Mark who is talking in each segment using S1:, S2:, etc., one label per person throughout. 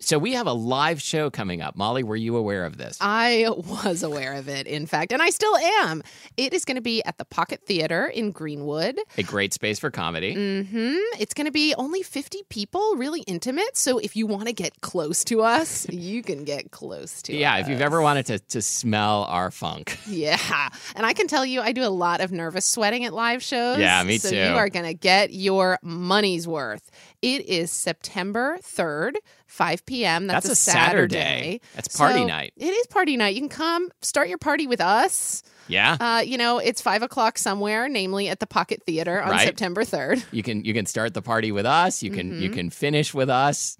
S1: So we have a live show coming up. Molly, were you aware of this?
S2: I was aware of it, in fact, and I still am. It is going to be at the Pocket Theater in Greenwood.
S1: a great space for comedy.
S2: hmm It's going to be only 50 people, really intimate. So if you want to get close to us, you can get close to
S1: Yeah,
S2: us.
S1: if you've ever wanted to, to smell our funk.
S2: Yeah. And I can tell you, I do a lot of nervous sweating at live shows.
S1: Yeah, me
S2: so
S1: too.
S2: You are going to get your money's worth. It is September 3rd, 5 p.m. That's,
S1: That's
S2: a
S1: a Saturday. That's party
S2: So
S1: night.
S2: It is party night. You can come start your party with us.
S1: Yeah.
S2: Uh, you know, it's five o'clock somewhere, namely at the Pocket Theater on
S1: Right.
S2: September 3rd.
S1: you can you can start the party with us. You can
S2: Mm-hmm.
S1: you can finish with us.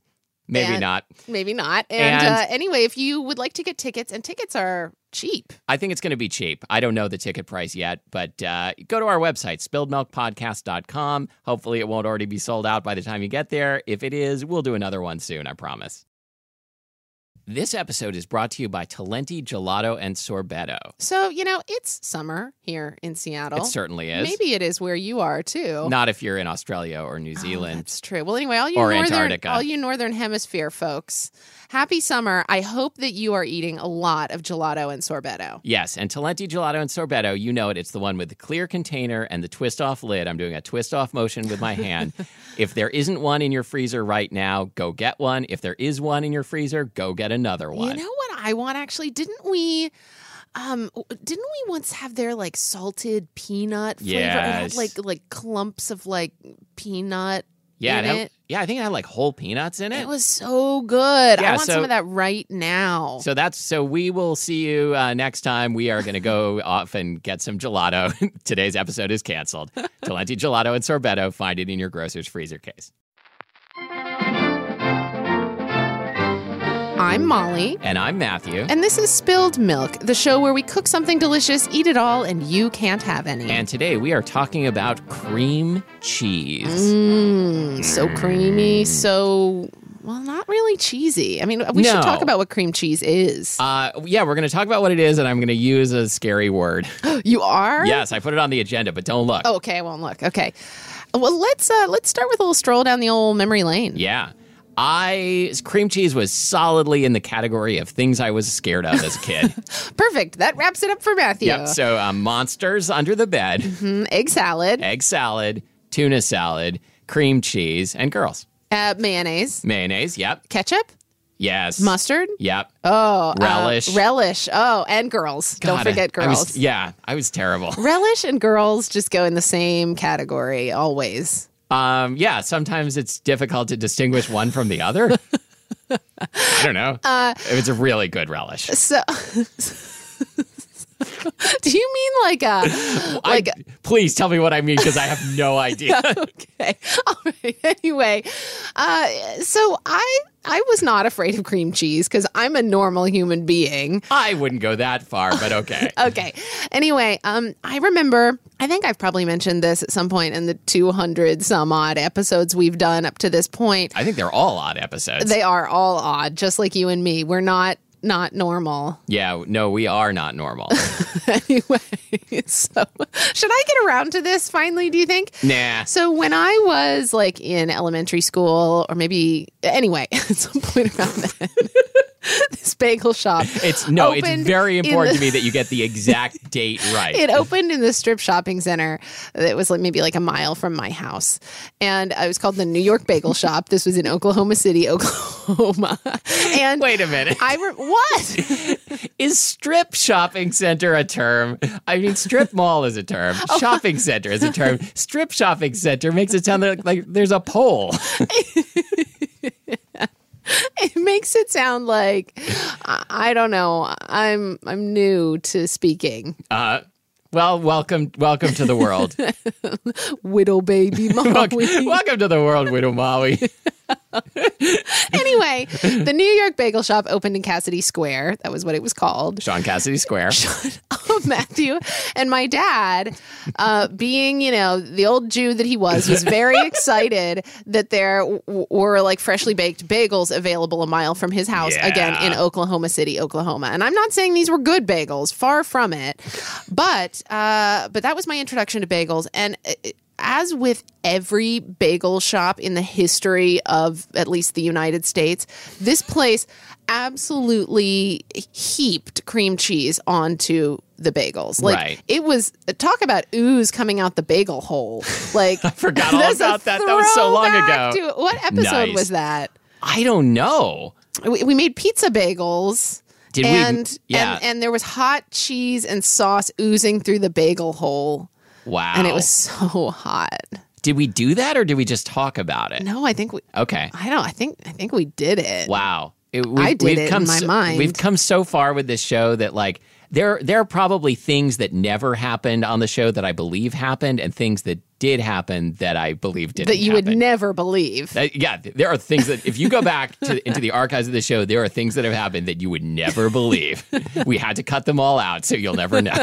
S1: Maybe
S2: And-
S1: not.
S2: Maybe not. And,
S1: And-
S2: uh, anyway, if you would like to get tickets, and tickets are cheap.
S1: I think it's going to be cheap. I don't know the ticket price yet, but uh, go to our website, spilledmilkpodcast.com. Hopefully, it won't already be sold out by the time you get there. If it is, we'll do another one soon, I promise. This episode is brought to you by Talenti Gelato and Sorbetto.
S2: So, you know, it's summer here in Seattle.
S1: It certainly is.
S2: Maybe it is where you are too. Ah,
S1: Not if you're in Australia or New Zealand.
S2: Oh, That's true. Well, anyway, all you
S1: Or
S2: northern,
S1: Antarctica.
S2: all you northern hemisphere folks, happy summer! I hope that you are eating a lot of gelato and sorbetto.
S1: Yes, and Talenti Gelato and Sorbetto, you know it. It's the one with the clear container and the twist off lid. I'm doing a twist off motion with my hand. if there isn't one in your freezer right now, go get one. If there is one in your freezer, go get another one.
S2: You know what I want? Actually, didn't we? Um, w- didn't we once have their like salted peanut flavor? It had,
S1: Yes.
S2: like like clumps of like peanut.
S1: yeah,
S2: in
S1: had-
S2: it.
S1: yeah, I think it had like whole peanuts in it.
S2: It was so good. I
S1: Yeah,
S2: want
S1: so-
S2: some of that right now.
S1: so that's so we will see you uh, next time. We are going to go off and get some gelato. Today's episode is canceled. Talenti Gelato and Sorbetto, find it in your grocer's freezer case.
S2: I'm Molly.
S1: And I'm Matthew.
S2: And this is Spilled Milk, the show where we cook something delicious, eat it all, and you can't have any.
S1: and today we are talking about cream cheese.
S2: Mmm,
S1: Mm.
S2: so creamy, so, well, not really cheesy. I mean, we should
S1: No.
S2: talk about what cream cheese is.
S1: Uh, yeah, we're going to talk about what it is, and I'm going to use a scary word.
S2: you are?
S1: yes, I put it on the agenda, but don't look.
S2: Oh, okay, I won't look. Okay. Well, let's uh, let's start with a little stroll down the old memory lane.
S1: Yeah. I cream cheese was solidly in the category of things I was scared of as a kid.
S2: Perfect. That wraps it up for Matthew.
S1: yep. So um, monsters under the bed,
S2: Mm, egg salad,
S1: egg salad, tuna salad, cream cheese, and girls.
S2: uh, mayonnaise,
S1: Mayonnaise. Yep.
S2: ketchup,
S1: Yes.
S2: mustard.
S1: Yep.
S2: Oh, uh,
S1: Relish.
S2: relish. Oh, and girls. Don't
S1: God,
S2: forget
S1: I- I
S2: girls.
S1: was- yeah, I was terrible.
S2: Relish and girls just go in the same category always.
S1: Um, yeah, sometimes it's difficult to distinguish one from the other. I don't know.
S2: Uh,
S1: if it's a really good relish.
S2: So, do you mean like a like?
S1: I, please tell me what I mean because I have no idea.
S2: okay, all right. Anyway, uh, so I I was not afraid of cream cheese because I'm a normal human being.
S1: I wouldn't go that far, but okay.
S2: Okay. Anyway, um, I remember. I think I've probably mentioned this at some point in the 200 some odd episodes we've done up to this point.
S1: I think they're all odd episodes.
S2: They are all odd, just like you and me. We're not not normal
S1: Yeah, no, we are not normal.
S2: anyway. So, should I get around to this finally, do you think?
S1: nah.
S2: So when I was like in elementary school, or maybe anyway, at some point around then, this bagel shop.
S1: It's no, it's
S2: opened
S1: very
S2: in
S1: important
S2: the-
S1: to me that you get the exact date right.
S2: It opened in the strip shopping center that was like maybe like a mile from my house, and it was called the New York Bagel Shop. This was in Oklahoma City, Oklahoma. And
S1: Wait a minute.
S2: I re- what?
S1: Is strip shopping center a term? I mean, strip mall is a term.
S2: Oh.
S1: Shopping center is a term. Strip shopping center makes it sound like, like there's a pole.
S2: it makes it sound like I I don't know. I'm I'm new to speaking.
S1: Uh, well, welcome, welcome to the world.
S2: Widow baby mom.
S1: welcome, welcome to the world, Widow Maui.
S2: anyway, the New York Bagel Shop opened in Cassidy Square. That was what it was called.
S1: Sean Cassidy Square.
S2: Oh, Matthew and my dad, uh, being you know the old Jew that he was, was very excited that there w- were like freshly baked bagels available a mile from his house
S1: Yeah.
S2: again in Oklahoma City, Oklahoma. And I'm not saying these were good bagels, far from it, but uh, but that was my introduction to bagels and. uh, As with every bagel shop in the history of at least the United States, this place absolutely heaped cream cheese onto the bagels. Like
S1: Right.
S2: it was talk about ooze coming out the bagel hole. Like I
S1: forgot all about that. That was so long ago.
S2: what episode
S1: Nice.
S2: was that?
S1: I don't know.
S2: We, we made pizza bagels.
S1: Did we-
S2: and,
S1: yeah.
S2: and and there was hot cheese and sauce oozing through the bagel hole,
S1: Wow.
S2: and it was so hot.
S1: Did we do that, or did we just talk about it?
S2: No, I think we.
S1: Okay.
S2: I don't. I think. I think we did it.
S1: Wow. It- we've,
S2: did it in my
S1: so,
S2: mind.
S1: We've come so far with this show that like there there are probably things that never happened on the show that I believe happened, and things that did happen that I believe didn't.
S2: That you would
S1: happen.
S2: never believe.
S1: Uh, yeah, th- there are things that if you go back to, into the archives of the show, there are things that have happened that you would never believe. we had to cut them all out, so you'll never know.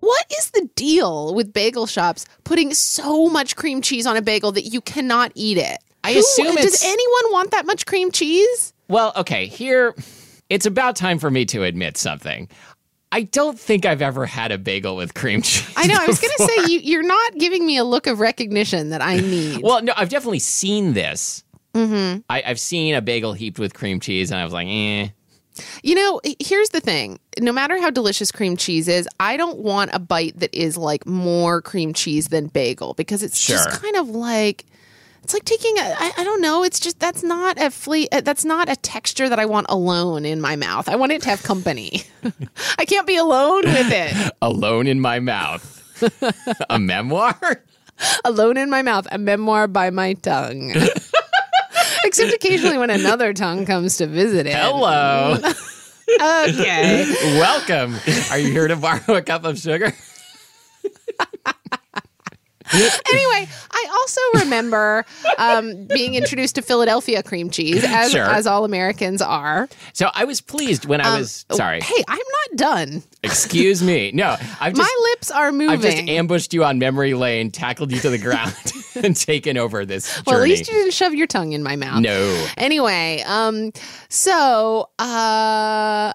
S2: What is the deal with bagel shops putting so much cream cheese on a bagel that you cannot eat it?
S1: I assume
S2: does
S1: it's-
S2: anyone want that much cream cheese?
S1: Well, okay, here it's about time for me to admit something. I don't think I've ever had a bagel with cream cheese.
S2: I know. I was going to say you, you're not giving me a look of recognition that I need.
S1: Well, no, I've definitely seen this. Mm-hmm. I, I've seen a bagel heaped with cream cheese, and I was like, eh.
S2: you know, h- here's the thing. No matter how delicious cream cheese is, I don't want a bite that is like more cream cheese than bagel because it's just
S1: Sure.
S2: kind of like it's like taking a I, I don't know, it's just that's not a fle- uh, that's not a texture that I want alone in my mouth. I want it to have company. I can't be alone with it.
S1: Alone in my mouth. a memoir?
S2: Alone in my mouth, a memoir by my tongue. Except occasionally when another tongue comes to visit it.
S1: Hello.
S2: Okay.
S1: Welcome. Are you here to borrow a cup of sugar?
S2: anyway, I also remember um, being introduced to Philadelphia cream cheese, as,
S1: Sure.
S2: as all Americans are.
S1: So I was pleased when I was. Sorry.
S2: Um, Hey, I'm not done.
S1: Excuse me. No, I've just.
S2: My lips are moving.
S1: I've just ambushed you on memory lane, tackled you to the ground, and taken over this journey.
S2: well, at least you didn't shove your tongue in my mouth.
S1: no.
S2: Anyway, um, so uh,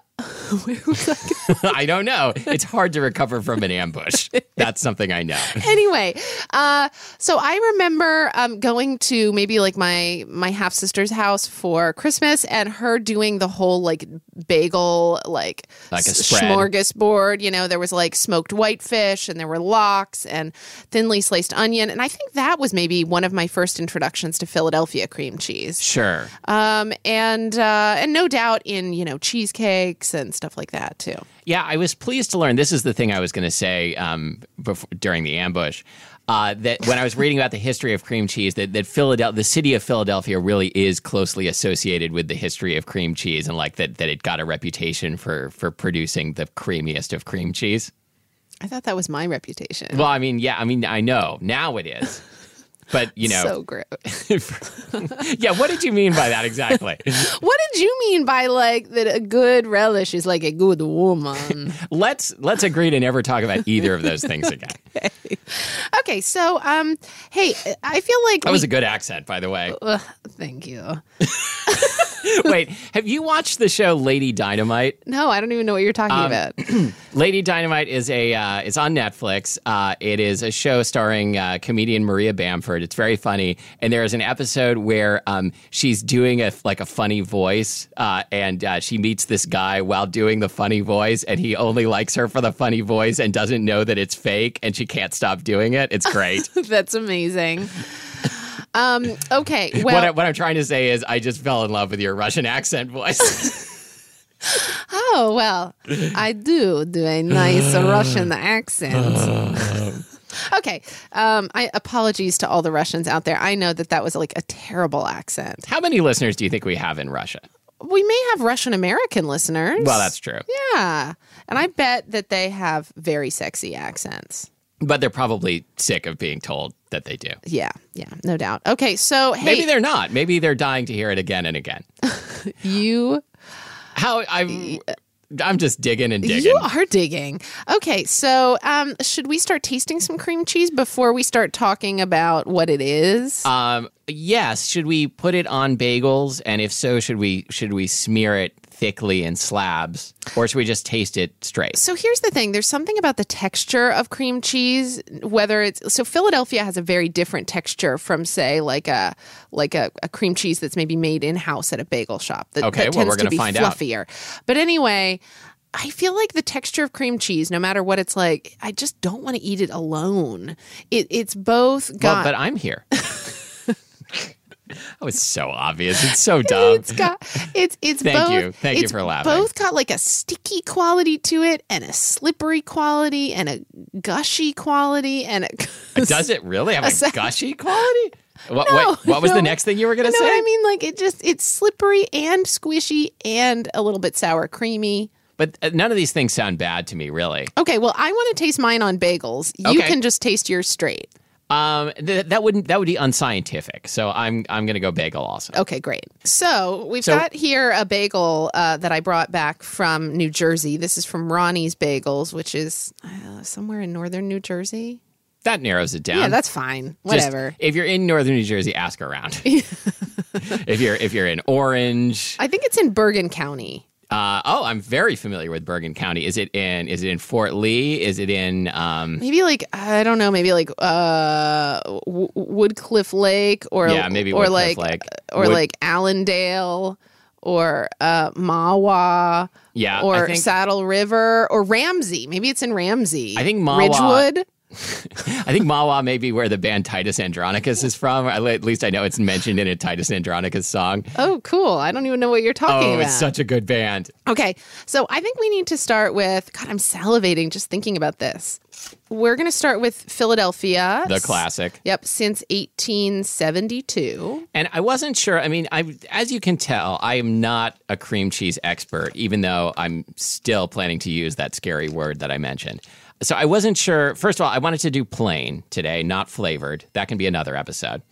S2: where was I going?
S1: I don't know. It's hard to recover from an ambush. That's something I know.
S2: anyway, uh, so I remember um, going to maybe like my my half sister's house for Christmas, and her doing the whole like bagel like,
S1: Like a
S2: s-
S1: spread.
S2: smorgasbord. You know, there was like smoked whitefish, and there were locks and thinly sliced onion, and I think that was maybe one of my first introductions to Philadelphia cream cheese.
S1: Sure.
S2: Um, and uh, and no doubt in you know cheesecakes and stuff like that too.
S1: Yeah, I was pleased to learn. This is the thing I was going to say um, before, during the ambush. Uh, that when I was reading about the history of cream cheese, that that Philadelphia, the city of Philadelphia, really is closely associated with the history of cream cheese, and like that, that it got a reputation for for producing the creamiest of cream cheese.
S2: I thought that was my reputation.
S1: Well, I mean, yeah, I mean, I know now it is. But you know,
S2: so gross.
S1: yeah. What did you mean by that exactly?
S2: What did you mean by like that a good relish is like a good woman?
S1: let's let's agree to never talk about either of those things again.
S2: okay, so um hey, I feel like
S1: That
S2: we-
S1: was a good accent, by the way.
S2: Ugh, thank you.
S1: Wait, have you watched the show Lady Dynamite?
S2: No, I don't even know what you're talking
S1: Um,
S2: about.
S1: Lady Dynamite is a uh, it's on Netflix. Uh, it is a show starring uh, comedian Maria Bamford. It's very funny, and there is an episode where um, she's doing a like a funny voice, uh, and uh, she meets this guy while doing the funny voice, and he only likes her for the funny voice and doesn't know that it's fake, and she can't stop doing it. It's great.
S2: That's amazing. Um okay,
S1: what,
S2: well
S1: I, what I'm trying to say is, I just fell in love with your Russian accent voice.
S2: oh well. I do do a nice Russian accent.
S1: Uh,
S2: okay. Um I apologies to all the Russians out there. I know that that was like a terrible accent.
S1: How many listeners do you think we have in Russia?
S2: We may have Russian American listeners.
S1: Well, that's true,
S2: Yeah. And I bet that they have very sexy accents.
S1: but they're probably sick of being told that they do.
S2: Yeah. Yeah. No doubt. Okay. So,
S1: Maybe
S2: hey,
S1: they're not. Maybe they're dying to hear it again and again.
S2: you.
S1: How I'm, I'm just digging and digging.
S2: You are digging. Okay, so um, should we start tasting some cream cheese before we start talking about what it is?
S1: Um, yes. Should we put it on bagels? And if so, should we should we smear it thickly in slabs, or should we just taste it straight?
S2: so here's the thing there's something about the texture of cream cheese whether it's so philadelphia has a very different texture from say like a like a, a cream cheese that's maybe made in house at a bagel shop that,
S1: Okay,
S2: that
S1: well,
S2: tends
S1: we're
S2: to
S1: gonna
S2: be
S1: find out.
S2: fluffier but anyway I feel like the texture of cream cheese, no matter what it's like, I just don't want to eat it alone. It, it's both got
S1: Well, but I'm here. that was so obvious. It's so dumb.
S2: It's got it's it's
S1: Thank
S2: both,
S1: you. Thank you
S2: it's
S1: for laughing.
S2: Both got like a sticky quality to it and a slippery quality and a gushy quality and a
S1: Does it really have
S2: A
S1: a
S2: sec-
S1: gushy quality? What,
S2: No,
S1: what, what was
S2: no.
S1: the next thing you were going
S2: You
S1: to
S2: know
S1: say?
S2: what I mean? Like it just it's slippery and squishy and a little bit sour creamy.
S1: But uh, none of these things sound bad to me, really.
S2: Okay, well I want to taste mine on bagels. You
S1: Okay.
S2: can just taste yours straight.
S1: Um, th- that wouldn't that would be unscientific. So I'm I'm going to go bagel also.
S2: Okay, great. So we've
S1: So-
S2: got here a bagel uh, that I brought back from New Jersey. This is from Ronnie's Bagels, which is uh, somewhere in northern New Jersey.
S1: That narrows it down.
S2: Yeah, that's fine.
S1: Just-
S2: Whatever.
S1: if you're in northern New Jersey, ask around. if you're if you're in Orange,
S2: I think it's in Bergen County.
S1: uh, oh, I'm very familiar with Bergen County. Is it in is it in Fort Lee? Is it in um,
S2: Maybe like I don't know. Maybe like uh, w- Woodcliff Lake, or
S1: Yeah, maybe
S2: or
S1: Woodcliff
S2: like
S1: Lake.
S2: or
S1: Wood-
S2: like Allendale, or uh, Mawa,
S1: yeah? I
S2: or
S1: think,
S2: Saddle River, or Ramsey. Maybe it's in Ramsey.
S1: I think Mawa-
S2: Ridgewood.
S1: I think Mawa may be where the band Titus Andronicus is from. At least I know it's mentioned in a Titus Andronicus song.
S2: Oh, cool! I don't even know what you're talking
S1: Oh,
S2: about.
S1: it's such a good band.
S2: Okay, so I think we need to start with God. I'm salivating just thinking about this. We're going to start with Philadelphia,
S1: The classic.
S2: Yep, since 1872.
S1: And I wasn't sure. I mean, I as you can tell, I am not a cream cheese expert, even though I'm still planning to use that scary word that I mentioned. So I wasn't sure. First of all, I wanted to do plain today, not flavored. That can be another episode.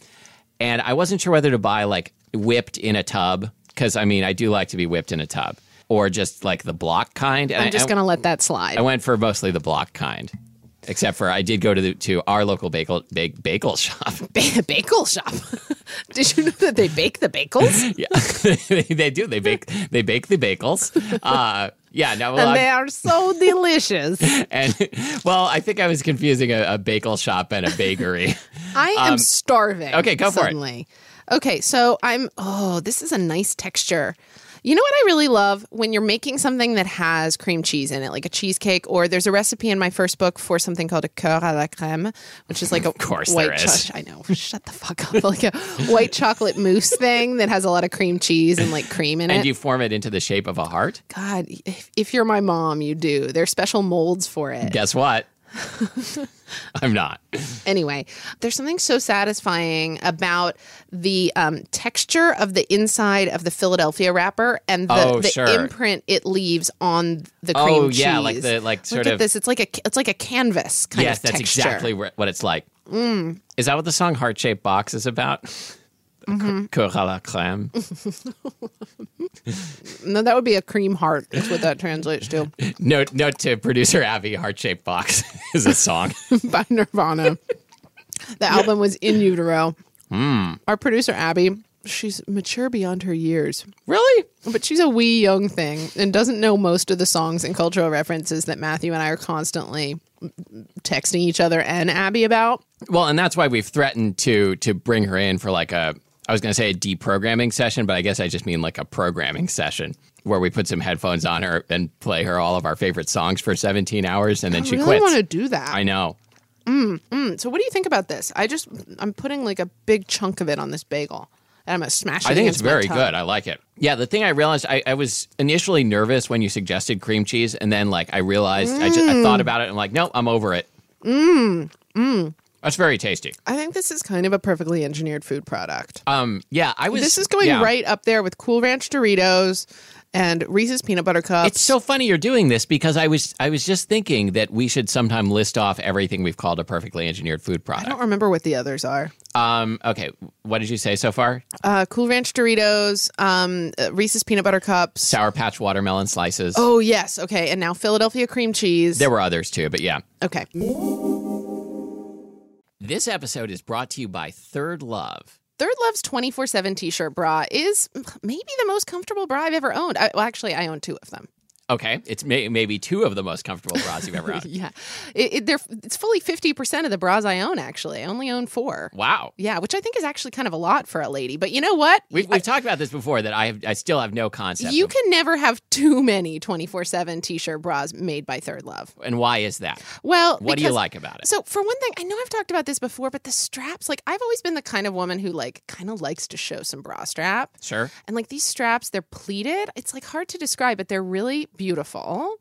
S1: And I wasn't sure whether to buy like whipped in a tub because I mean, I do like to be whipped in a tub or just like the block kind. And I-
S2: I'm just
S1: I-
S2: going to let that slide.
S1: I went for mostly the block kind, except for I did go to the, to our local bagel bake, bagel shop.
S2: Ba- bagel shop. Did you know that they bake the bagels?
S1: Yeah, they do. They bake. They bake the bagels. Uh, yeah. No. Well,
S2: and they
S1: I-
S2: are so delicious.
S1: and well, I think I was confusing a, a bagel shop and a bakery.
S2: I am starving.
S1: Um, okay, go for it.
S2: suddenly. for it. Okay, so I'm, oh, this is a nice texture. You know what I really love when you're making something that has cream cheese in it, like a cheesecake, or there's a recipe in my first book for something called a coeur à la crème, which is like a of
S1: course
S2: white
S1: there is.
S2: choc- I know. Shut the fuck up. Like a white chocolate mousse thing that has a lot of cream cheese and like cream in it.
S1: and you form it into the shape of a heart.
S2: God, if, if you're my mom, you do. There are special molds for it.
S1: Guess what? I'm not.
S2: Anyway, there's something so satisfying about the um, texture of the inside of the Philadelphia wrapper and the,
S1: Oh,
S2: the
S1: sure.
S2: imprint it leaves on the
S1: Oh,
S2: cream cheese.
S1: yeah, like the- like sort
S2: Look at
S1: of-
S2: this. It's like a it's like a canvas kind
S1: yes,
S2: of
S1: that's
S2: texture. Mm.
S1: exactly where, what it's like. Is that what the song Heart Shaped Box is about?
S2: Mm-hmm.
S1: Cœur à la crème.
S2: No, that would be a cream heart. That's what that translates to
S1: Note, note to producer Abby, Heart Shaped Box is a song.
S2: by Nirvana. The album was in utero.
S1: Hmm.
S2: Our producer Abby, she's mature beyond her years.
S1: really?
S2: But she's a wee young thing and doesn't know most of the songs and cultural references that Matthew and I are constantly texting each other and Abby about.
S1: Well, and that's why we've threatened to to bring her in for like a I was going to say a deprogramming session, but I guess I just mean like a programming session where we put some headphones on her and play her all of our favorite songs for 17 hours and then
S2: I
S1: she
S2: really
S1: quits.
S2: want to do that.
S1: I know.
S2: so what do you think about this? I just I'm putting like a big chunk of it on this bagel and I'm gonna smash it.
S1: I think it's
S2: against my
S1: very
S2: tongue.
S1: good. I like it. Yeah, the thing I realized, I, I was initially nervous when you suggested cream cheese, and then like I realized, I just
S2: Mm.
S1: I thought about it, and I'm like, no, I'm over it.
S2: mm.
S1: Mmm, mmm. That's very tasty.
S2: I think this is kind of a perfectly engineered food product.
S1: Um, yeah, I was.
S2: this is going
S1: yeah.
S2: right up there with Cool Ranch Doritos and Reese's peanut butter cups.
S1: It's so funny you're doing this because I was I was just thinking that we should sometime list off everything we've called a perfectly engineered food
S2: I
S1: product.
S2: don't remember what the others are.
S1: Um, okay, what did you say so far?
S2: Uh, cool Ranch Doritos, um, uh, Reese's peanut butter cups,
S1: Sour Patch watermelon slices.
S2: Oh yes, okay. And now Philadelphia cream cheese.
S1: There were others too, but yeah.
S2: okay.
S1: This episode is brought to you by Third Love.
S2: Third Love's 24/7 t-shirt bra is maybe the most comfortable bra I've ever owned. I, well, actually, I own two of them.
S1: Okay, it's may- maybe two of the most comfortable bras you've ever owned.
S2: Yeah. It, it, they're, it's fully 50% of the bras I own actually. I only own 4.
S1: Wow.
S2: Yeah, which I think is actually kind of a lot for a lady. But you know what?
S1: We've, we've talked about this before that I have, I still have no concept.
S2: you
S1: of-
S2: can never have too many 24/7 t-shirt bras made by Third Love.
S1: and why is that?
S2: Well,
S1: What do you
S2: because-
S1: like about it?
S2: So, for one thing, I know I've talked about this before, but the straps, like I've always been the kind of woman who like kind of likes to show some bra strap.
S1: Sure.
S2: And like these straps, they're pleated. It's like hard to describe, but they're really beautiful.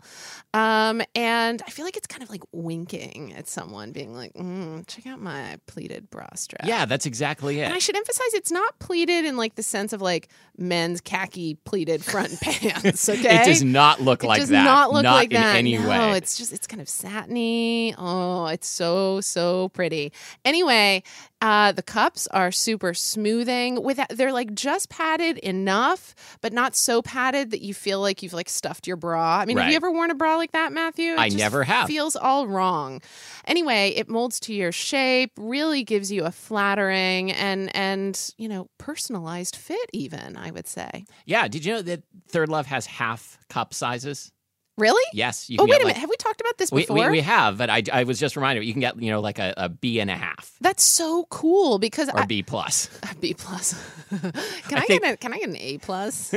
S2: Um, and I feel like it's kind of like winking at someone, being like, mm, check out my pleated bra strap.
S1: Yeah, that's exactly
S2: And I
S1: it.
S2: should emphasize it's not pleated in like the sense of like men's khaki pleated front pants. Okay.
S1: It does not look
S2: It
S1: like
S2: does
S1: that.
S2: not look like
S1: in
S2: that.
S1: any
S2: no,
S1: way.
S2: it's just it's kind of satiny. Oh, it's so so pretty. Anyway, uh, the cups are super smoothing. Without they're like just padded enough, but not so padded that you feel like you've like stuffed your bra. I mean, have
S1: Right.
S2: you ever worn a bra like that, Matthew? It
S1: I
S2: just
S1: never have.
S2: Feels all wrong. Anyway, it molds to your shape. Really gives you a flattering and and you know personalized fit. Even I would say.
S1: Yeah. Did you know that Third Love has half cup sizes?
S2: Really?
S1: Yes. You
S2: Oh
S1: get,
S2: wait a
S1: like-
S2: minute! Have we talked about this
S1: We,
S2: before?
S1: we, we have, but I, I was just reminded you can get, you know, like a, a B and a half
S2: That's so cool because
S1: or
S2: I,
S1: B plus.
S2: B plus. can I,
S1: think-
S2: get a, can I get an A plus?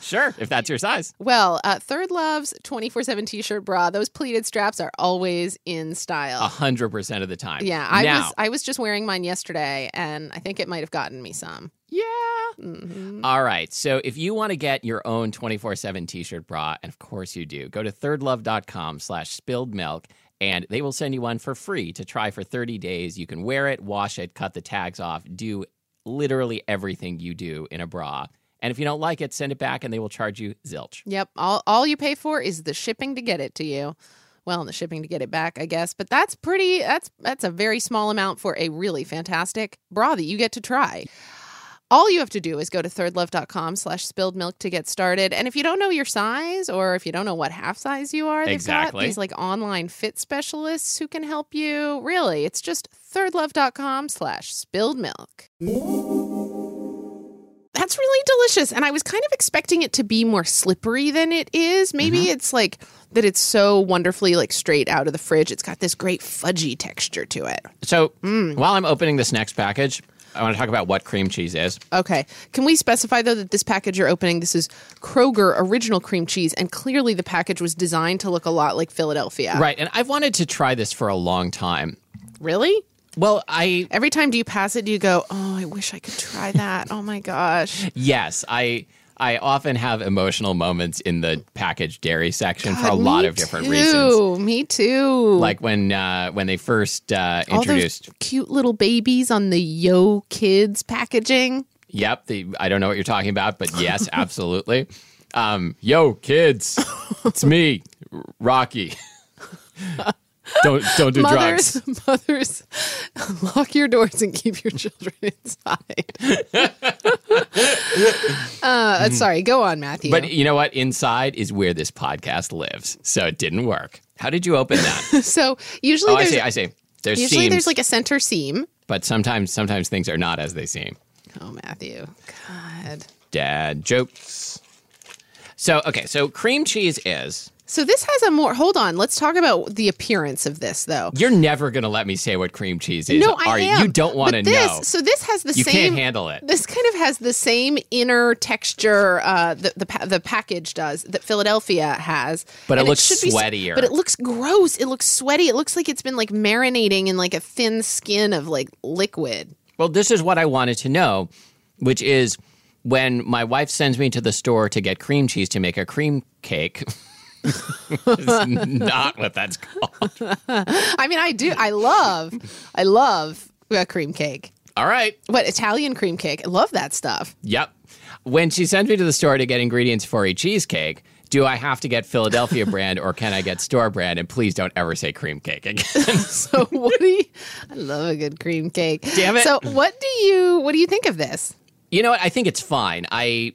S1: sure. If that's your size.
S2: well, uh, Third Love's twenty four seven t shirt bra. Those pleated straps are always in
S1: A
S2: style.
S1: hundred percent of the time.
S2: yeah, I
S1: Oh, now,
S2: was I was just wearing mine yesterday, and I think it might have gotten me some.
S1: Yeah.
S2: Mhm.
S1: All right. So if you want to get your own 24-7 t-shirt bra, and of course you do, go to thirdlove.com slash spilled milk and they will send you one for free to try for 30 days. You can wear it, wash it, cut the tags off, do literally everything you do in a bra. And if you don't like it, send it back and they will charge you zilch.
S2: Yep. All all you pay for is the shipping to get it to you. Well, and the shipping to get it back, I guess. But that's pretty that's that's a very small amount for a really fantastic bra that you get to try. All you have to do is go to thirdlove.com slash spilled milk to get started. And if you don't know your size or if you don't know what half size you are, they've got
S1: Exactly.
S2: these like online fit specialists who can help you. Really, it's just thirdlove.com slash spilled milk. That's really delicious. And I was kind of expecting it to be more slippery than it is. Maybe it's like that it's so wonderfully like straight out of the fridge. It's got this great fudgy texture to it.
S1: So while I'm opening this next package, I want to talk about what cream cheese is.
S2: Okay. Can we specify though that this package you're opening, this is Kroger original cream cheese, and clearly the package was designed to look a lot like Philadelphia.
S1: Right. And I've wanted to try this for a long time.
S2: Really?
S1: Well, I
S2: Every time do you pass it, do you go, Oh, I wish I could try that. oh my gosh.
S1: Yes, I I often have emotional moments in the packaged dairy section for a
S2: God,
S1: lot
S2: me
S1: of different
S2: too.
S1: reasons.
S2: Me too.
S1: Like when uh, when they first uh,
S2: all those
S1: introduced,
S2: cute little babies on the Yo Kids packaging.
S1: yep, the, I don't know what you're talking about, but yes, absolutely. Um, yo, kids, it's me, R- Rocky. don't don't do drugs.
S2: Mothers, mothers, lock your doors and keep your children inside. uh, sorry, go on, Matthew.
S1: Mm-hmm. But you know what? Inside is where this podcast lives, so it didn't work. How did you open that?
S2: so usually
S1: oh, I
S2: there's
S1: see. I see. There's
S2: usually
S1: seams,
S2: there's like a center seam.
S1: but sometimes sometimes things are not as they seem.
S2: Oh, Matthew, God.
S1: dad jokes. So, okay, so cream cheese is.
S2: So this has a more. Hold on, let's talk about the appearance of this though.
S1: You're never going to let me say what cream cheese is.
S2: No, I
S1: are you?
S2: am.
S1: You don't want to
S2: But this-
S1: know.
S2: So this has the
S1: You
S2: same.
S1: can't handle it.
S2: This kind of has the same inner texture uh, that the pa- the package does that Philadelphia has.
S1: But it
S2: And
S1: looks
S2: should be s-
S1: sweatier.
S2: But it looks gross. It looks sweaty. It looks like it's been like marinating in like a thin skin of like liquid.
S1: Well, this is what I wanted to know, which is when my wife sends me to the store to get cream cheese to make a cream cake. it's not what that's called.
S2: I mean, I do. I love. I love a cream cake.
S1: All right.
S2: What Italian cream cake? I love that stuff.
S1: Yep. When she sends me to the store to get ingredients for a cheesecake, do I have to get Philadelphia brand or can I get store brand? And please don't ever say cream cake again.
S2: So what do you? I love a good cream cake.
S1: Damn it.
S2: So what do you? What do you think of this?
S1: You know what? I think it's fine. I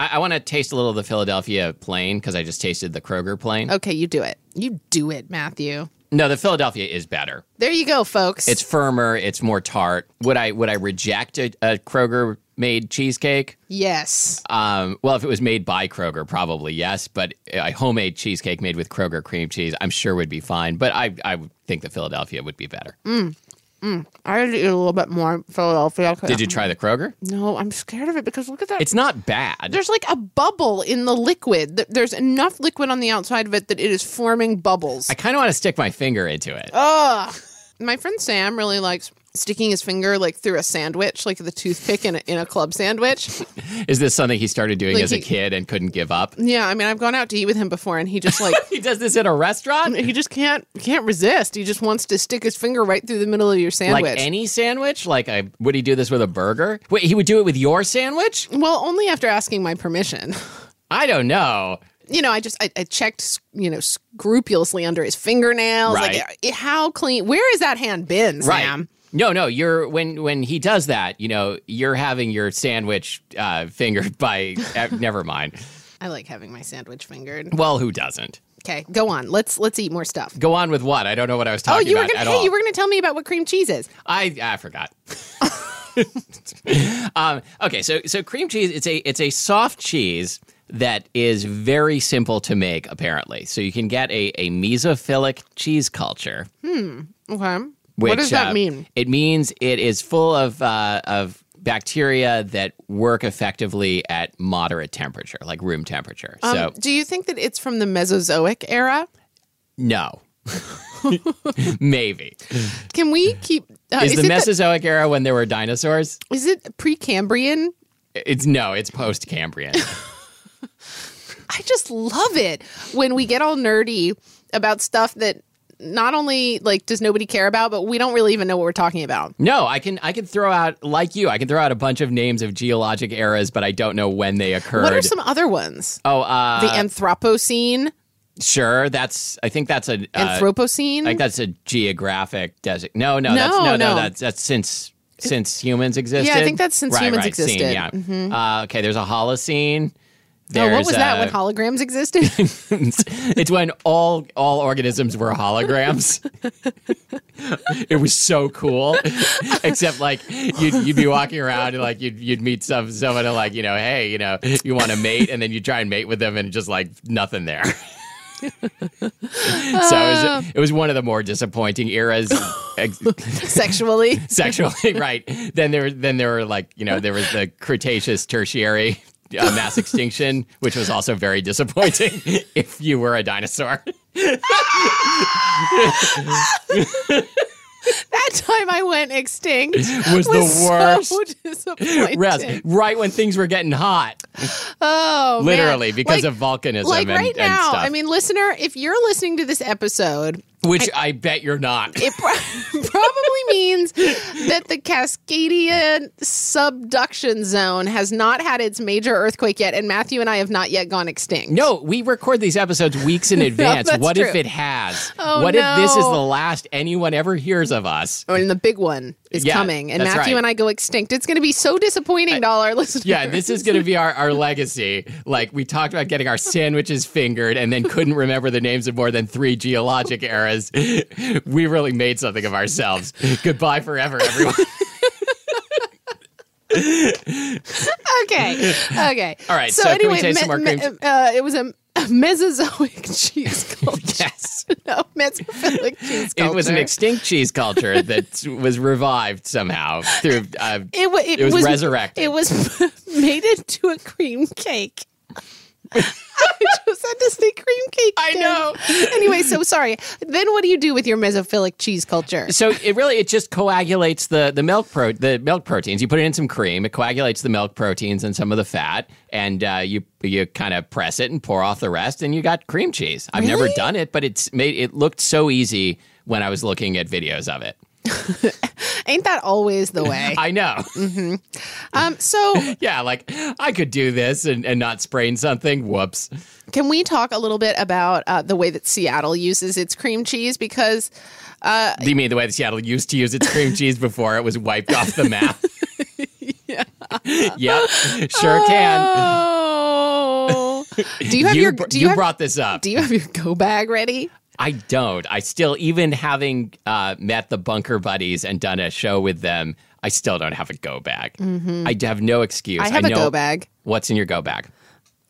S1: I, I want to taste a little of the Philadelphia plain because I just tasted the Kroger plain.
S2: Okay, you do it. You do it, Matthew.
S1: No, the Philadelphia is better.
S2: There you go, folks.
S1: It's firmer. It's more tart. Would I would I reject a, a Kroger made cheesecake?
S2: yes.
S1: Um, well, if it was made by Kroger, probably yes. But a homemade cheesecake made with Kroger cream cheese, I'm sure would be fine. But I I would think the Philadelphia would be better.
S2: Mm. I would eat a little bit more Philadelphia.
S1: Did you try the Kroger?
S2: No, I'm scared of it because look at that.
S1: It's not bad.
S2: there's like a bubble in the liquid. Th- There's enough liquid on the outside of it that it is forming bubbles.
S1: I kind of want to stick my finger into it.
S2: Oh. My friend Sam really likes sticking his finger like through a sandwich, like the toothpick in a, in a club sandwich.
S1: Is this something he started doing
S2: Like
S1: as a
S2: he-
S1: kid and couldn't give up?
S2: Yeah, I mean, I've gone out to eat with him before, and he just like
S1: He does this at a restaurant?
S2: he just can't can't resist. He just wants to stick his finger right through the middle of your sandwich.
S1: Like any sandwich? Like I would he do this with a burger? Wait, he would do it with your sandwich?
S2: well, only after asking my permission.
S1: I don't know.
S2: you know, I just I, I checked, you know, scrupulously under his fingernails.
S1: Right.
S2: Like, eh, how clean? Where has that hand been, Sam?
S1: Right. No, no, you're when when he does that, you know, you're having your sandwich uh, fingered by eh, never mind.
S2: I like having my sandwich fingered.
S1: Well, who doesn't?
S2: Okay, go on. Let's let's eat more stuff.
S1: Go on with what? I don't know what I was
S2: Oh,
S1: talking
S2: you were
S1: about
S2: gonna
S1: at
S2: hey,
S1: all.
S2: you were gonna tell me about what cream cheese is.
S1: I I forgot. um, okay, so so cream cheese it's a it's a soft cheese that is very simple to make apparently. So you can get a a mesophilic cheese culture.
S2: Okay.
S1: Which,
S2: what does that
S1: uh,
S2: mean?
S1: It means it is full of uh, of bacteria that work effectively at moderate temperature, like room temperature. so
S2: Um, do you think that it's from the Mesozoic era?
S1: no. Maybe.
S2: Can we keep uh,
S1: Is,
S2: is,
S1: the
S2: it
S1: Mesozoic era when there were dinosaurs?
S2: the, is it Precambrian?
S1: It's no, it's post-Cambrian.
S2: I just love it when we get all nerdy about stuff that not only like does nobody care about, but we don't really even know what we're talking about.
S1: no, I can I can throw out like you, I can throw out a bunch of names of geologic eras, but I don't know when they occurred.
S2: What are some other ones?
S1: oh, uh,
S2: the Anthropocene,
S1: sure. That's I think that's a uh,
S2: Anthropocene.
S1: I think that's a geographic desert. No, no,
S2: No,
S1: that's, no, no,
S2: no.
S1: that's that's since since humans existed.
S2: think that's since
S1: Right,
S2: humans
S1: right, scene,
S2: existed. Mm-hmm.
S1: yeah. Uh, okay, there's a Holocene.
S2: oh,
S1: There's
S2: what was that when
S1: a-
S2: holograms existed?
S1: it's when all all organisms were holograms. it was so cool, except like you'd, you'd be walking around and like you'd you'd meet some someone and like you know hey you know you want to mate and then you try and mate with them and just like nothing there. so it was, it was one of the more disappointing eras ex-
S2: Sexually,
S1: sexually, right? Then there then there were like you know there was the Cretaceous Tertiary. Uh, mass extinction, which was also very disappointing if you were a dinosaur.
S2: that time I went extinct
S1: Was the
S2: So
S1: worst.
S2: disappointing.
S1: Res- right when things were getting hot,
S2: Oh, man.
S1: literally because
S2: Like-
S1: of volcanism
S2: like
S1: and,
S2: right
S1: and
S2: now.
S1: stuff.
S2: I mean, listener, if you're listening to this episode,
S1: which I, bet you're not.
S2: it pro- probably means that the Cascadia subduction zone has not had its major earthquake yet, and Matthew and I have not yet gone extinct.
S1: No, we record these episodes weeks in advance.
S2: that's
S1: what if
S2: true.
S1: it has?
S2: Oh,
S1: what if this is the
S2: no.
S1: last anyone ever hears of us?
S2: I mean, the big one is
S1: Yeah,
S2: coming, and
S1: that's
S2: Matthew
S1: right.
S2: and I go extinct. It's going to be so disappointing to all our listeners.
S1: Yeah, this is going to be our, our legacy. Like, we talked about getting our sandwiches fingered and then couldn't remember the names of more than three geologic eras. We really made something of ourselves. Goodbye forever, everyone.
S2: okay. Okay.
S1: All right, so can we taste some more creams?
S2: uh, it was a a Mesozoic cheese culture.
S1: yes.
S2: no, Mesophilic cheese culture.
S1: It was an extinct cheese culture that was revived somehow through. Uh,
S2: It, wa-
S1: it was resurrected.
S2: It was made into a cream cake. I just had to say cream cake.
S1: I
S2: again.
S1: know.
S2: Anyway, so sorry. Then what do you do with your mesophilic cheese culture?
S1: so it really it just coagulates the the milk pro the milk proteins. You put it in some cream, it coagulates the milk proteins and some of the fat, and uh, you you kind of press it and pour off the rest, and you got cream cheese. I've never done it, but it's made it looked so easy when I was looking at videos of it.
S2: Ain't that always the way?
S1: I know,
S2: Um, so
S1: yeah, like I could do this and, and not sprain something. Whoops.
S2: can we talk a little bit about uh, the way that Seattle uses its cream cheese? Because
S1: Do you mean the way that Seattle used to use its cream cheese before it was wiped off the map? yeah. yep. Sure can.
S2: oh, do Uh, you have
S1: You,
S2: your
S1: br-
S2: do you,
S1: you
S2: have,
S1: brought this up.
S2: do you have your go bag ready?
S1: I don't. I still, even having uh, met the Bunker Buddies and done a show with them, I still don't have a go bag. I d- have no excuse.
S2: Mm-hmm. I have
S1: a
S2: a go bag.
S1: What's in your go bag?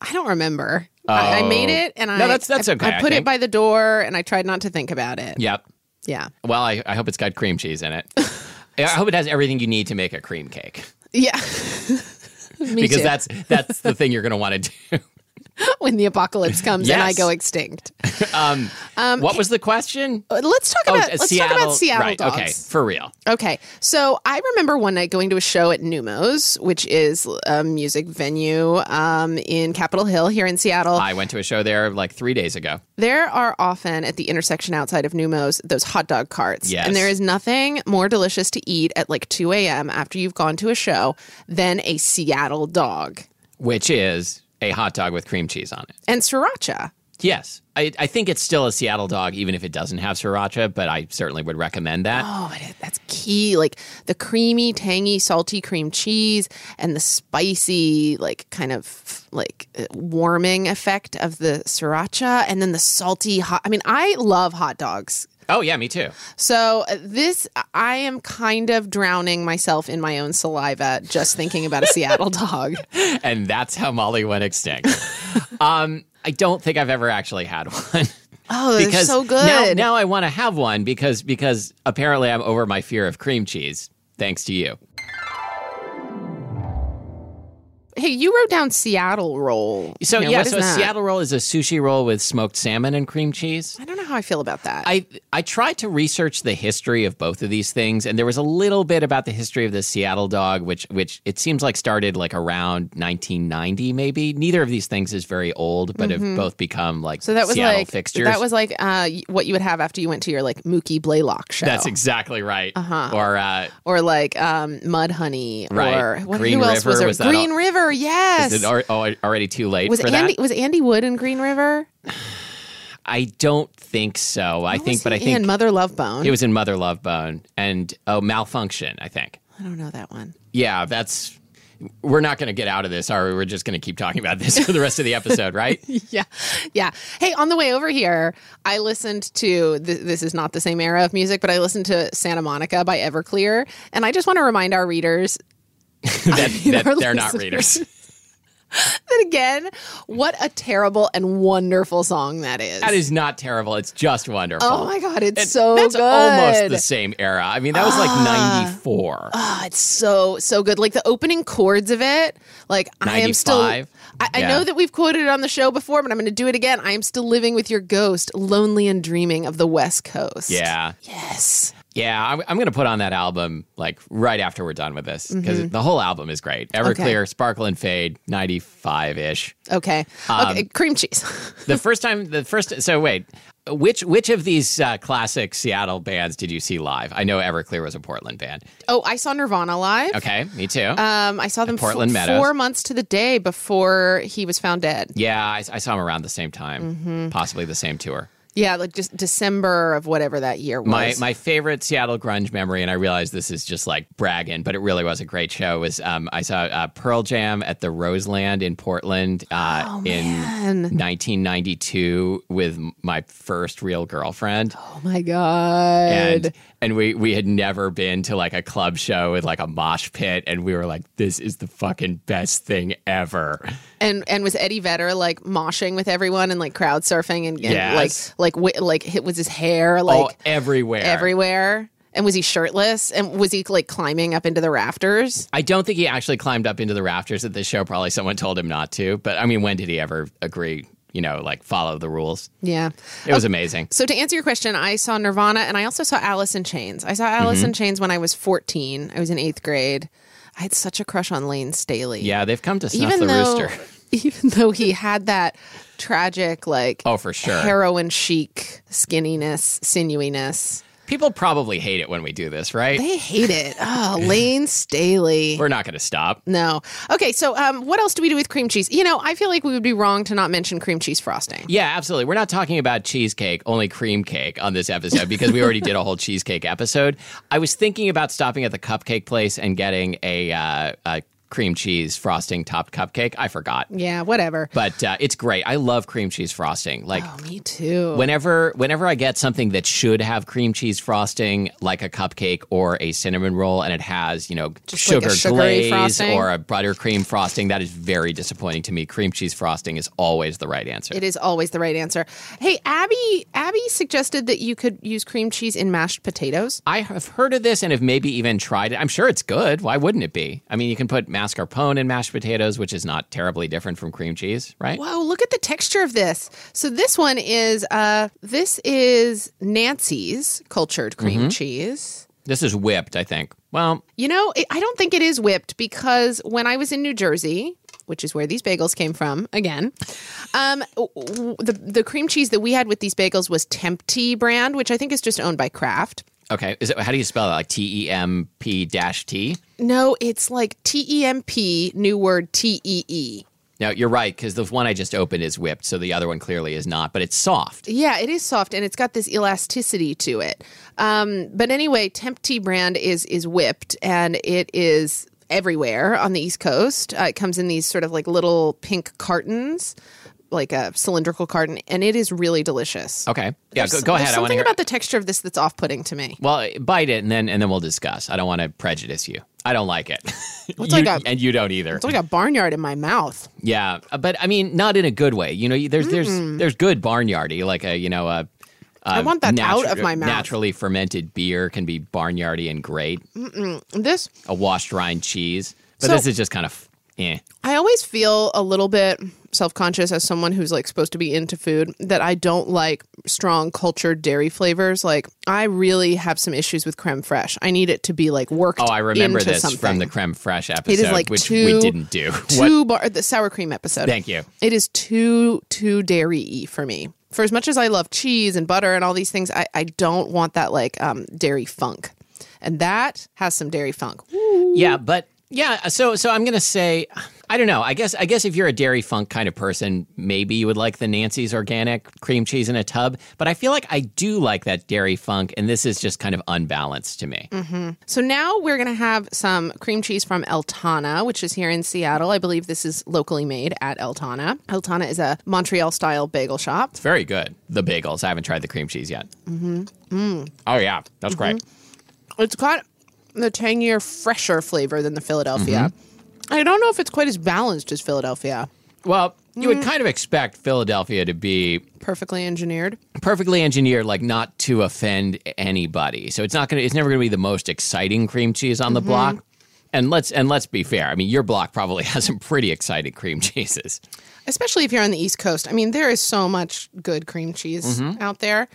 S2: I don't remember. I, I made it and I
S1: Oh. that's- that's
S2: I-
S1: okay,
S2: I
S1: I
S2: put it
S1: think.
S2: by the door and I tried not to think about it.
S1: Yep.
S2: Yeah.
S1: Well, I, I hope it's got cream cheese in it. I hope it has everything you need to make a cream cake
S2: Yeah. Me
S1: because
S2: too.
S1: that's that's the thing you're going to want to do.
S2: when the apocalypse comes and I
S1: Yes.
S2: go extinct.
S1: Um, what was the question?
S2: But Um, let's talk about
S1: uh,
S2: let's talk about Seattle
S1: right,
S2: dogs.
S1: Okay, for real.
S2: Okay. So I remember one night going to a show at Numos, which is a music venue um, in Capitol Hill here in Seattle.
S1: I went to a show there like three days ago.
S2: there are often at the intersection outside of Numos those hot dog carts.
S1: Yes.
S2: And there is nothing more delicious to eat at like 2 a.m. after you've gone to a show than a Seattle dog
S1: which is a hot dog with cream cheese on it.
S2: and sriracha.
S1: Yes. I, I think it's still a Seattle dog, even if it doesn't have sriracha, but I certainly would recommend that.
S2: Oh, but it- that's key. Like the creamy, tangy, salty cream cheese and the spicy, like kind of like uh, warming effect of the sriracha and then the salty hot. I mean, I love hot dogs.
S1: Oh, yeah, me too.
S2: So uh, this, I am kind of drowning myself in my own saliva just thinking about a Seattle dog.
S1: And that's how Molly went extinct. um, I don't think I've ever actually had one.
S2: Oh, they're
S1: because
S2: so
S1: Now,
S2: good.
S1: now I want to have one because because apparently I'm over my fear of cream cheese, thanks to you.
S2: Hey, you wrote down Seattle roll.
S1: So
S2: You know,
S1: yeah,
S2: what is
S1: so a
S2: that?
S1: Seattle roll is a sushi roll with smoked salmon and cream cheese.
S2: I don't know how I feel about that.
S1: I I tried to research the history of both of these things, and there was a little bit about the history of the Seattle dog, which which it seems like started like around 1990, maybe. Neither of these things is very old, but have both become like
S2: Mm-hmm. So that was
S1: Seattle
S2: like
S1: fixtures.
S2: that was like uh, y- what you would have after you went to your like Mookie Blaylock show,
S1: that's exactly right. Uh-huh. Or uh,
S2: or like um, Mud Honey,
S1: Right.
S2: or what,
S1: Green
S2: who else
S1: River,
S2: was there?
S1: was that
S2: Green
S1: all-
S2: River, yes.
S1: is it al- al- already too late
S2: was
S1: for
S2: Andy
S1: that?
S2: was Andy Wood in Green River?
S1: I don't think so. I
S2: What
S1: think,
S2: was
S1: but
S2: he
S1: I think
S2: in Mother Love Bone.
S1: it was in Mother Love Bone and oh, Malfunction. I think.
S2: I don't know that one.
S1: Yeah, that's. We're not going to get out of this, are we? We're just going to keep talking about this for the rest of the episode, right?
S2: Yeah, yeah. Hey, on the way over here, I listened to th- this is not the same era of music, but I listened to Santa Monica by Everclear, and I just want to remind our readers
S1: that, that
S2: our
S1: they're not
S2: listeners.
S1: readers.
S2: that again, what a terrible and wonderful song that is.
S1: That is not terrible. It's just wonderful.
S2: Oh my god, it's
S1: And
S2: so
S1: that's
S2: good.
S1: almost the same era. I mean, that was like '94.
S2: Ah, it's so so good. Like the opening chords of it. Like I am still. I,
S1: 95?
S2: I
S1: Yeah.
S2: know that we've quoted it on the show before, but I'm going to do it again. I am still living with your ghost, lonely and dreaming of the West Coast.
S1: yeah.
S2: Yes.
S1: Yeah, I'm, I'm going to put on that album like right after we're done with this because
S2: Mm-hmm.
S1: the whole album is great. Everclear, Sparkle and Fade, 95 ish.
S2: Okay.
S1: Um,
S2: okay. Cream cheese.
S1: The first time, the first, so wait, which which of these uh, classic Seattle bands did you see live? I know Everclear was a Portland band.
S2: oh, I saw Nirvana live.
S1: Okay, me too.
S2: Um, I saw them
S1: Portland
S2: f-
S1: Meadows.
S2: four months to the day before he was found dead.
S1: yeah, I, I saw them around the same time,
S2: Mm-hmm.
S1: possibly the same tour.
S2: Yeah, like just December of whatever that year was.
S1: My my favorite Seattle grunge memory, and I realize this is just like bragging, but it really was a great show. Was um, I saw uh, Pearl Jam at the Roseland in Portland uh, in 1992 with my first real girlfriend,
S2: oh my god.
S1: and and we we had never been to like a club show with like a mosh pit, and we were like, this is the fucking best thing ever.
S2: And and was Eddie Vedder like moshing with everyone and like crowd surfing and, and
S1: Yes. Oh,
S2: like like wi- like hit was his hair
S1: All
S2: like
S1: everywhere,
S2: everywhere and was he shirtless and was he like climbing up into the rafters?
S1: I don't think he actually climbed up into the rafters at this show. Probably someone told him not to. But I mean, when did he ever agree? You know, like follow the rules.
S2: Yeah.
S1: It
S2: Oh.
S1: was amazing.
S2: So to answer your question, I saw Nirvana and I also saw Alice in Chains. I saw Alice
S1: Mm-hmm.
S2: in Chains when I was 14. I was in 8th grade. I had such a crush on Lane Staley.
S1: Yeah, they've come to snuff
S2: even
S1: the
S2: though
S1: rooster.
S2: even though he had that tragic like
S1: Oh, for sure.
S2: heroin chic skinniness sinewiness
S1: People probably hate it when we do this, right?
S2: they hate it oh lane staley
S1: We're not going to stop.
S2: no okay so um, what else do we do with cream cheese you know i feel like we would be wrong to not mention cream cheese frosting
S1: Yeah, absolutely. We're not talking about cheesecake, only cream cake on this episode because we already did a whole cheesecake episode. I was thinking about stopping at the cupcake place and getting a, uh, a cream cheese frosting topped cupcake. I forgot.
S2: yeah whatever
S1: But uh, it's great. I love cream cheese frosting. Like,
S2: oh me too
S1: whenever whenever I get something that should have cream cheese frosting, like a cupcake or a cinnamon roll, and it has you know
S2: like
S1: sugar
S2: a sugary
S1: glaze
S2: frosting?
S1: or a buttercream frosting, that is very disappointing to me. Cream cheese frosting is always the right answer.
S2: it is always the right answer hey abby abby suggested that you could use cream cheese in mashed potatoes
S1: I have heard of this and have maybe even tried it. I'm sure it's good. Why wouldn't it be? I mean, you can put mascarpone in mashed potatoes, which is not terribly different from cream cheese, right?
S2: Whoa, look at the texture of this. So this one is uh this is Nancy's cultured cream cheese.
S1: This is whipped, I think. Well,
S2: You know, it, I don't think it is whipped because when I was in New Jersey, which is where these bagels came from again, um, w- w- the the cream cheese that we had with these bagels was Tempty brand, which I think is just owned by Kraft.
S1: okay. Is it, how do you spell that? Like T E M P dash T?
S2: No, it's like T E M P, new word T E E.
S1: No, you're right because the one I just opened is whipped, so the other one clearly is not. But it's soft.
S2: Yeah, it is soft and it's got this elasticity to it. Um, but anyway, Tempty brand is is whipped and it is everywhere on the East Coast. Uh, it comes in these sort of like little pink cartons, like a cylindrical carton, and it is really delicious.
S1: Okay, Oh, yeah, go, go
S2: There's
S1: ahead. I want to
S2: something
S1: hear.
S2: about the texture of this that's off putting to me.
S1: well, bite it and then and then we'll discuss. I don't want to prejudice you. I don't like it.
S2: It's
S1: You-
S2: like a-
S1: and you don't either.
S2: It's like a barnyard in my mouth.
S1: yeah, but I mean, not in a good way. You know, you- there's there's there's good barnyardy, like a you know a. I
S2: want that out of my mouth.
S1: Naturally fermented beer can be barnyardy and great.
S2: This
S1: A washed rind cheese, but
S2: Mm. So-
S1: this is just kind of eh.
S2: I always feel a little bit self conscious as someone who's like supposed to be into food that I don't like strong cultured dairy flavors. Like I really have some issues with creme fraiche. I need it to be like worked.
S1: Oh, I remember
S2: into
S1: this
S2: something.
S1: from the creme fraiche episode,
S2: like
S1: which
S2: too-
S1: we didn't do. What?
S2: two bar the sour cream episode.
S1: Thank you.
S2: It is too too dairy y for me. For as much as I love cheese and butter and all these things, I, I don't want that like um, dairy funk. And that has some dairy funk.
S1: Yeah, but yeah, so so I'm gonna say I don't know. I guess I guess if you're a dairy funk kind of person, maybe you would like the Nancy's organic cream cheese in a tub. But I feel like I do like that dairy funk, and this is just kind of unbalanced to me.
S2: So now we're going to have some cream cheese from Eltana, which is here in Seattle. I believe this is locally made at Eltana. Eltana is a Montreal style bagel shop.
S1: Very good. The bagels. I haven't tried the cream cheese yet. Mm-hmm. Oh yeah, that's great.
S2: It's got the tangier, fresher flavor than the Philadelphia. I don't know if it's quite as balanced as Philadelphia.
S1: Well, you would kind of expect Philadelphia to be
S2: Perfectly engineered.
S1: perfectly engineered, like not to offend anybody. So it's not gonna it's never gonna be the most exciting cream cheese on the
S2: Mm-hmm.
S1: block. And let's and let's be fair. I mean, your block probably has some pretty exciting cream cheeses.
S2: especially if you're on the East Coast. I mean, there is so much good cream cheese out there.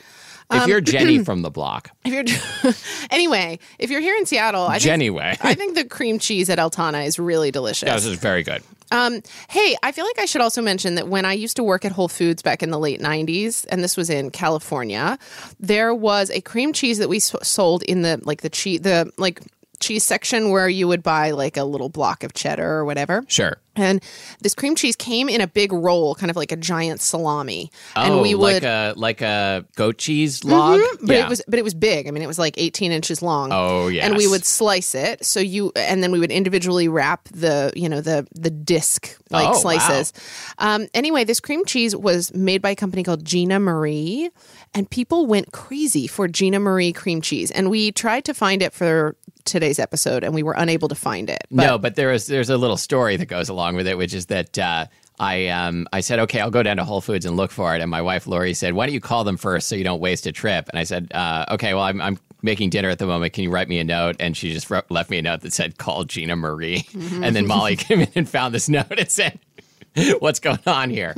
S1: If you're Jenny from the block,
S2: If you're anyway, if you're here in Seattle, I think,
S1: Jenny way.
S2: I think the cream cheese at Eltana is really delicious.
S1: Yeah, this is very good.
S2: Um, hey, I feel like I should also mention that when I used to work at Whole Foods back in the late 90s, and this was in California, there was a cream cheese that we s- sold in the like the cheese the like cheese section where you would buy like a little block of cheddar or whatever.
S1: Sure.
S2: And this cream cheese came in a big roll, kind of like a giant salami.
S1: oh,
S2: and we would Mm-hmm.
S1: like a like a goat cheese log.
S2: but
S1: yeah.
S2: it was but it was big. I mean, it was like 18 inches long.
S1: Oh,
S2: And we
S1: yes.
S2: would slice it. So you and then we would individually wrap the you know the the disc like
S1: Oh, wow.
S2: slices. Um, anyway, this cream cheese was made by a company called Gina Marie, and people went crazy for Gina Marie cream cheese. And we tried to find it for today's episode, and we were unable to find it. But
S1: no, but there is there's a little story that goes along with it, which is that uh, I um, I said, okay, I'll go down to Whole Foods and look for it, and my wife Lori said, why don't you call them first so you don't waste a trip? And I said, uh, okay, well I'm, I'm making dinner at the moment. Can you write me a note? And she just wrote, left me a note that said, call Gina Marie, and then Molly came in and found this note and said. What's going on here?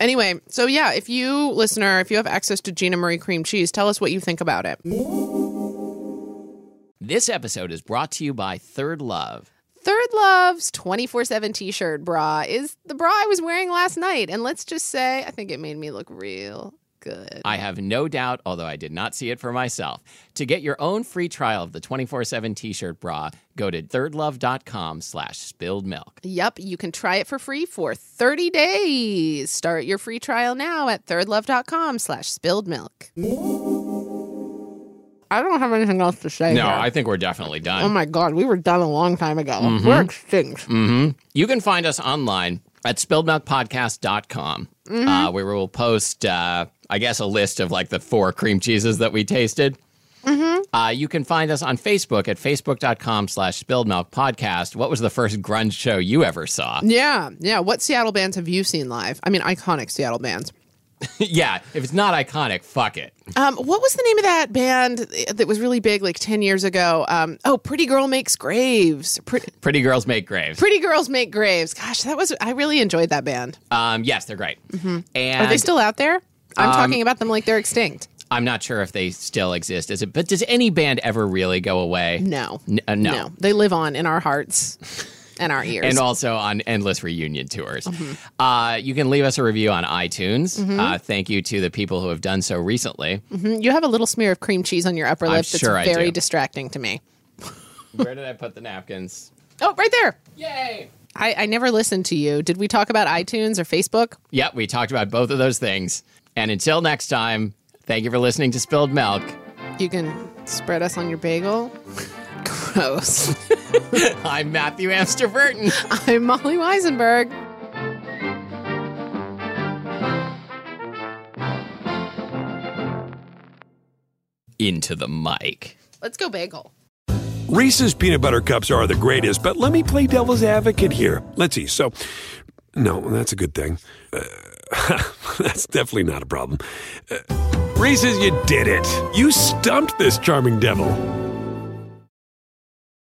S2: anyway, so yeah, if you listener, if you have access to Gina Marie cream cheese, tell us what you think about it.
S1: This episode is brought to you by Third Love.
S2: Third Love's 24 7 t shirt bra is the bra I was wearing last night. And let's just say, I think it made me look real good.
S1: I have no doubt, although I did not see it for myself. To get your own free trial of the 24-7 t-shirt bra, go to thirdlove.com slash spilled milk.
S2: Yep, you can try it for free for 30 days. Start your free trial now at thirdlove.com slash spilled milk. I don't have anything else to say.
S1: No,
S2: here.
S1: I think we're definitely
S2: oh
S3: Um,
S1: done.
S2: my God, we were done a long time ago. We're extinct.
S1: You can find us online at spilledmilkpodcast.com, uh, where we'll post, uh, I guess, a list of like the four cream cheeses that we tasted. Uh, you can find us on Facebook at facebook.com slash spilled milk podcast. What was the first grunge show you ever saw?
S2: Yeah, yeah. What Seattle bands have you seen live? I mean, iconic Seattle bands.
S1: yeah, if it's not iconic, fuck it.
S2: Um, what was the name of that band that was really big like 10 years ago? Um, oh, Pretty Girl Makes Graves. Pretty,
S1: Pretty girls make graves.
S2: Pretty Girls Make Graves. Gosh, that was, I really enjoyed that band.
S1: Um, yes, they're great. And
S2: Mm-hmm. Are
S1: um,
S2: they still out there? I'm talking about them like they're extinct.
S1: I'm not sure if they still exist. Is it? But does any band ever really go away?
S2: No.
S1: N- uh, no.
S2: No. They live on in our hearts and our ears.
S1: And also on endless reunion tours.
S2: Mm-hmm.
S1: Uh, you can leave us a review on iTunes. Uh, thank you to the people who have done so recently.
S2: Mhm. you have a little smear of cream cheese on your upper lip that's
S1: sure I
S2: very
S1: do.
S2: distracting to me. Mm-hmm.
S1: Where did I put the napkins?
S2: Oh, right there.
S1: Yay!
S2: I, I never listened to you. Did we talk about iTunes or Facebook?
S1: Yeah, we talked about both of those things. And until next time, thank you for listening to Spilled Milk.
S2: You can spread us on your bagel. Gross.
S1: I'm Matthew Amster Burton.
S2: I'm Molly Weisenberg.
S1: Into the mic.
S2: Let's go bagel.
S3: Reese's peanut butter cups are the greatest, but let me play devil's advocate here. Let's see. So, no, that's a good thing. Uh, that's definitely not a problem. Uh, Reese's, you did it. You stumped this charming devil.